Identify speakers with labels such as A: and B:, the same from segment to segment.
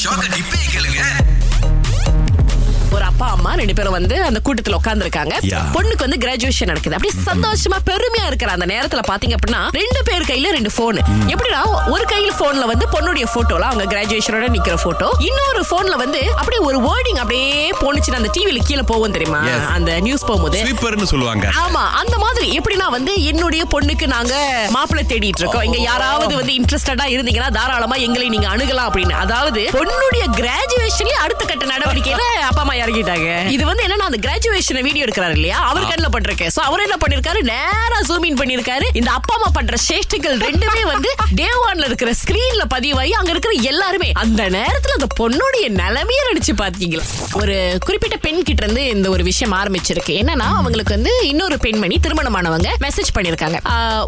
A: ஷாக்க டிப்பே கேளுங்க
B: ஒரு அப்பா அம்மா ரெண்டு பேரும் வந்து அந்த கூட்டத்துல உட்கார்ந்து இருக்காங்க
C: Yeah. Mm-hmm.
B: பொண்ணுக்கு வந்து கிராஜுவேஷன் நடக்குது அப்படியே சந்தோஷமா பெருமையா இருக்கிற அந்த நேரத்துல பாத்தீங்க அப்படின்னா ரெண்டு பேர் கையில ரெண்டு போன்
C: Mm.
B: எப்படின்னா ஒரு கையில போன்ல வந்து பொண்ணுடைய போட்டோல அவங்க கிராஜுவேஷனோட நிக்கிற போட்டோ இன்னொரு போன்ல வந்து அப்படியே ஒரு வேர்டிங் அப்படியே போனுச்சுன்னு அந்த டிவில கீழே போகும் தெரியுமா
C: Yes.
B: அந்த நியூஸ் போகும்போது
C: ஸ்லீப்பர்னு சொல்லுவாங்க
B: ஆமா அந்த மாதிரி எப்படின்னா வந்து என்னுடைய பொண்ணுக்கு நாங்க மாப்பிள்ளை தேடிட்டு இருக்கோம் இங்க யாராவது வந்து இன்ட்ரெஸ்டடா இருந்தீங்கன்னா தாராளமா எங்களை நீங்க அணுகலாம் அப்படின்னு அதாவது பொண்ணுடைய கிராஜுவேஷன்ல அடுத்த கட்ட நடவடிக்கையில அப்பா அம்மா இறங்கிட்டாங்க இது வந்து என்னன்னா அந்த கிராஜுவேஷன் வீடியோ எடுக்கிறாரு இல்லையா அவர் கண்ணில் பட்டிருக்கு சோ அவர் என்ன பண்ணிருக்காரு நேரா ஜூம் இன் பண்ணிருக்காரு இந்த அப்பா அம்மா பண்ற சேஷ்டிகள் ரெண்டுமே வந்து டே ஒன்ல இருக்கிற ஸ்கிரீன்ல பதிவாகி அங்க இருக்கிற எல்லாருமே அந்த நேரத்துல அந்த பொண்ணுடைய நிலைமையை நினைச்சு பாத்தீங்களா ஒரு குறிப்பிட்ட பெண் கிட்ட இருந்து இந்த ஒரு விஷயம் ஆரம்பிச்சிருக்கு என்னன்னா அவங்களுக்கு வந்து இன்னொரு பெண்மணி திருமணமானவங்க மெசேஜ் பண்ணிருக்காங்க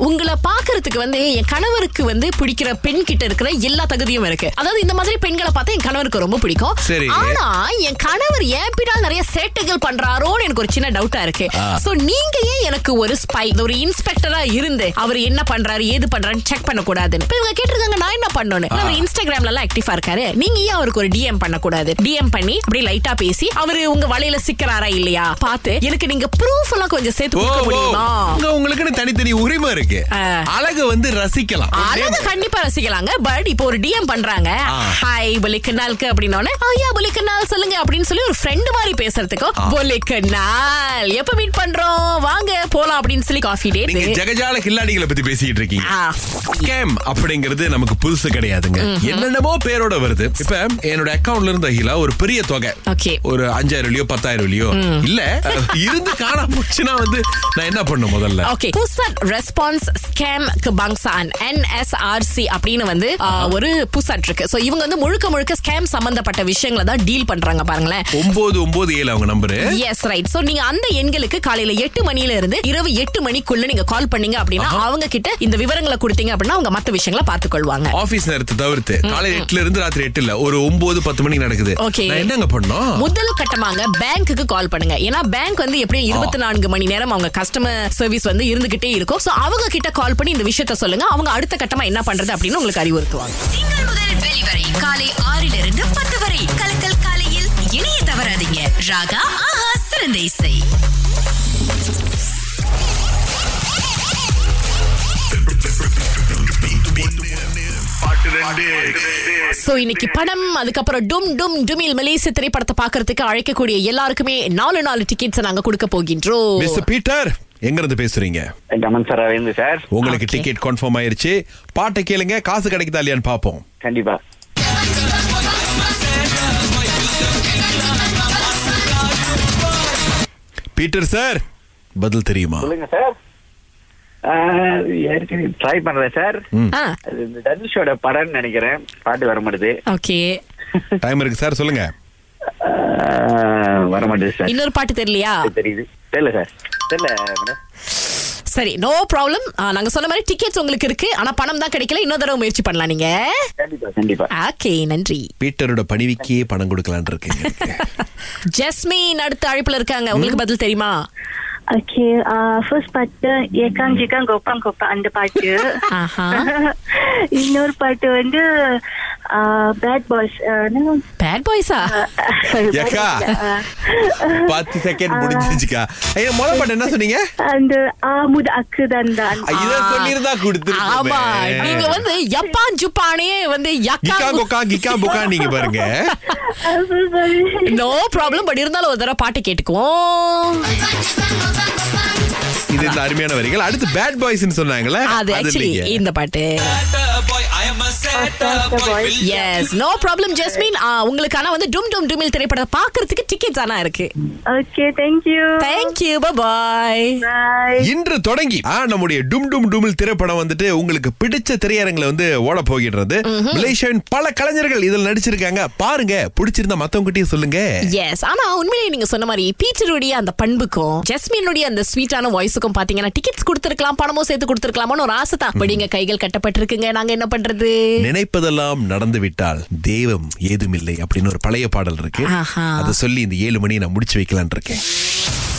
B: உங்களை பாக்குறதுக்கு வந்து என் கணவருக்கு வந்து பிடிக்கிற பெண் கிட்ட இருக்கிற எல்லா தகுதியும் இருக்கு அதாவது இந்த மாதிரி பெண்களை பார்த்தா என் கணவருக்கு ரொம்ப பிடிக்கும்
C: சரி.
B: ஆனா என் கணவர் ஏன் பின்னால் நிறைய சேட்டைகள் பண்றாரோன்னு எனக்கு ஒரு சின்ன டவுட்டா இருக்கு சோ நீங்க ஏன் எனக்கு ஒரு ஸ்பை ஒரு இன்ஸ்பெக்டரா இருந்து அவர் என்ன பண்றாரு ஏது பண்றாருன்னு செக் பண்ண கூடாதுன்னு இப்ப இவங்க கேட்டிருக்காங்க நான் என்ன பண்ணணும் அவர் இன்ஸ்டாகிராம்ல எல்லாம் ஆக்டிவா இருக்காரு நீங்க ஏன் அவருக்கு ஒரு டிஎம் பண்ண கூடாது டிஎம் பண்ணி அப்படியே லைட்டா பேசி அவரு உங்க வலையில சிக்கிறாரா இல்லையா பார்த்து எனக்கு நீங்க ப்ரூஃப் எல்லாம் கொஞ்சம் சேர்த்து
C: ஓ
B: கொடுக்க
C: ஓ.
B: முடியுமா
C: இங்க உங்களுக்குன்னு தனித்தனி உரிமை இருக்கு
B: ஆ.
C: அழகு வந்து ரசிக்கலாம்
B: அழகு கண்டிப்பா ரசிக்கலாங்க பட் இப்போ ஒரு டிஎம் பண்றாங்க
C: ஆ.
B: ஹாய் பொலிக்கனாலுக்கு அப்படின்னோடனே ஐயா பொலிக்கனால் சொல்லுங்க அப்படின்னு சொல்லி ஒரு ஃப்ரெண்ட் மாதிரி பேசுறதுக்கு பொலிக்கனால் எப்ப மீட் பண்றோம் வாங்க போலாம் அப்படின்னு சொல்லி காஃபி
C: நீங்க
B: டேட்
C: ஜெகஜால கில்லாடிகளை பத்தி பேசிட்டு இருக்கீங்க
B: ஆ.
C: ஸ்கேம் அப்படிங்கிறது நமக்கு புதுசு கிடையாதுங்க என்னென்னமோ பேரோட வருது இப்ப என்னோட அக்கவுண்ட்ல இருந்து அகிலா ஒரு பெரிய தொகை
B: Okay.
C: ஒரு அஞ்சாயிரம் ரூபாயோ பத்தாயிரம் ரூபாயோ இல்ல இருந்து காணாம போச்சுன்னா வந்து நான் என்ன பண்ணும் முதல்ல
B: ஓகே புசட் ரெஸ்பான்ஸ் ஸ்கேம் கபாங்சான் என்எஸ்ஆர்சி அப்படின்னு வந்து ஆ, ஒரு புசட் இருக்கு சோ இவங்க வந்து முழுக்க முழுக்க ஸ்கேம் சம்பந்தப்பட்ட விஷயங்களை தான் டீல் பண்றாங்க பாருங்களேன்
C: ஒன்பது ஒன்பது ஏழு அவங்க நம்பரு
B: எஸ் ரைட் சோ நீங்க அந்த எண்களுக்கு காலையில எட்டு மணில இருந்து இரவு எட்டு மணிக்குள்ள நீங்க கால் பண்ணீங்க அப்படின்னா அவங்க கிட்ட இந்த விவரங்களை கொடுத்தீங்க அப்படின்னா அவங்க மத்த விஷயங்களை பாத்துக்கொள்வாங்க
C: ஆபீஸ் நேரத்தை தவிர்த்து காலையில எட்டுல இருந்து ராத்திரி எட்டு இல்ல ஒரு ஒன்பது பத்து மணிக்கு நடக்குது
B: Okay.
C: நான் என்னங்க பண்ணோம்
B: முதல் கட்டமாங்க பேங்க்குக்கு கால் பண்ணுங்க ஏன்னா பேங்க் வந்து எப்படியும் இருபத்தி நான்கு மணி நேரம் அவங்க கஸ்டமர் சர்வீஸ் வந்து இருந்துகிட்டே இருக்கும் சோ அவங்க கிட்ட கால் பண்ணி இந்த விஷயத்த சொல்லுங்க அவங்க அடுத்த கட்டமா என்ன பண்றது அப்படின்னு உங்களுக்கு அறிவுறுத்துவாங்க
D: திங்கள் முதல் வெளிவரை காலை ஆறிலிருந்து பத்து வரை கலக்கல் காலையில் இணைய தவறாதீங்க ராகா ஆஹா சிறந்த இசை
B: சோ இன்னைக்கு படம் அதுக்கப்புறம் டும் டும் டுமில் மலேசிய திரைப்படத்தை பாக்குறதுக்கு அழைக்கக்கூடிய எல்லாருக்குமே நாலு நாலு டிக்கெட்ஸ் நாங்க கொடுக்க போகின்றோம்
C: மிஸ்டர் பீட்டர் எங்க இருந்து பேசுறீங்க
E: கமன் சார் அரவிந்த் சார்
C: உங்களுக்கு
B: Okay.
C: டிக்கெட் கன்ஃபார்ம் ஆயிருச்சு பாட்டை கேளுங்க காசு கிடைக்குதா இல்லையான்னு பாப்போம்
E: கண்டிப்பா
C: பீட்டர் சார் பதில் தெரியுமா
E: சொல்லுங்க சார் ட்ரை பண்றேன் சார்
B: ஆ
E: அது இந்த தனுஷோட படம்னு நினைக்கிறேன் பாட்டு வர மாட்டேது
B: ஓகே
C: டைம் இருக்கு சார் சொல்லுங்க
E: ஆஹ், வர மாட்டேது சார்
B: இன்னொரு பாட்டு தெரியலையா
E: தெரியுது தெரியல சார் தெரியல மேடம்
B: சரி நோ ப்ராப்ளம் நாங்க சொன்ன மாதிரி டிக்கெட்ஸ் உங்களுக்கு இருக்கு ஆனா பணம் தான் கிடைக்கல இன்னொரு தடவை முயற்சி பண்ணலாம் நீங்க
E: கண்டிப்பா கண்டிப்பா
B: ஓகே நன்றி
C: பீட்டரோட பணிவிக்கே பணம் கொடுக்கலான்னு இருக்கீங்க
B: ஜஸ்மின் அடுத்த அழைப்புல இருக்காங்க உங்களுக்கு பதில் தெரியுமா
F: ஓகே ஃபர்ஸ்ட் பாட்டு ஏகாங் ஜிகாங் கோபாங் கோப்பா அந்த பாட்டு
B: ஆஹா.
F: இன்னொரு பாட்டு வந்து பேட் பாய்ஸ்
B: பேட் பாய்ஸா
C: ஏக்கா
F: uh,
C: பத்து செகண்ட் முடிஞ்சிருச்சுக்கா ஐயா மொதல் பாட்டு என்ன சொன்னீங்க
F: அந்த ஆமுத அக்குதான் தான்
C: ஐ, இதை சொல்லியிருந்தா
B: ஆமா நீங்க
C: கொடுத்துருக்கோமே.
B: வந்து யப்பான் ஜுப்பானே வந்து
C: கிக்கா கொக்கா கிக்கா புக்கா நீங்க பாருங்க
B: நோ ப்ராப்ளம் பட் இருந்தாலும் ஒரு தடவை பாட்டு கேட்டுக்குவோம்
C: இது இந்த அருமையான வரிகள் அடுத்து பேட் பாய்ஸ்னு சொன்னாங்கல்ல
B: அது ஆக்சுவலி
C: இல்லைங்க.
B: இந்த பாட்டு எஸ் நோ ப்ராப்ளம் ஜஸ்மின் ஆ, உங்களுக்கு ஆனா வந்து டும் டும் டுமில் திரைப்படம் பாக்குறதுக்கு டிக்கெட்ஸ் ஆனா இருக்கு
F: okay thank you
B: thank you bye
F: bye
C: இன்று தொடங்கி ஆ, நம்முடைய டும் டும் டுமில் திரைப்படம் வந்துட்டு உங்களுக்கு பிடிச்ச திரையரங்களை வந்து ஓட போகின்றது மலேசியாவின் பல கலைஞர்கள் இதில் நடிச்சிருக்காங்க பாருங்க பிடிச்சிருந்தா மத்தவங்ககிட்டயும் சொல்லுங்க
B: எஸ் ஆனா உண்மையிலேயே நீங்க சொன்ன மாதிரி பீச்சருடைய அந்த பண்புக்கும் ஜஸ்மினுடைய அந்த ஸ்வீட்டான வாய்ஸுக்கும் பாத்தீங்கன்னா டிக்கெட்ஸ் கொடுத்துருக்கலாம் பணமும் சேர்த்து கொடுத்துருக்கலாமான்னு ஒரு ஆசை தான் பட் இங்க கைகள் கட்டப்பட்டிருக்குங்க நாங்க என்ன பண்றது
C: நினைப்பதெல்லாம் நடந்து விட்டால் தெய்வம் ஏதுமில்லை அப்படின்னு ஒரு பழைய பாடல் இருக்கு
B: ஆஹா.
C: அதை சொல்லி இந்த ஏழு மணியை நான் முடிச்சு வைக்கலாம்னு இருக்கேன்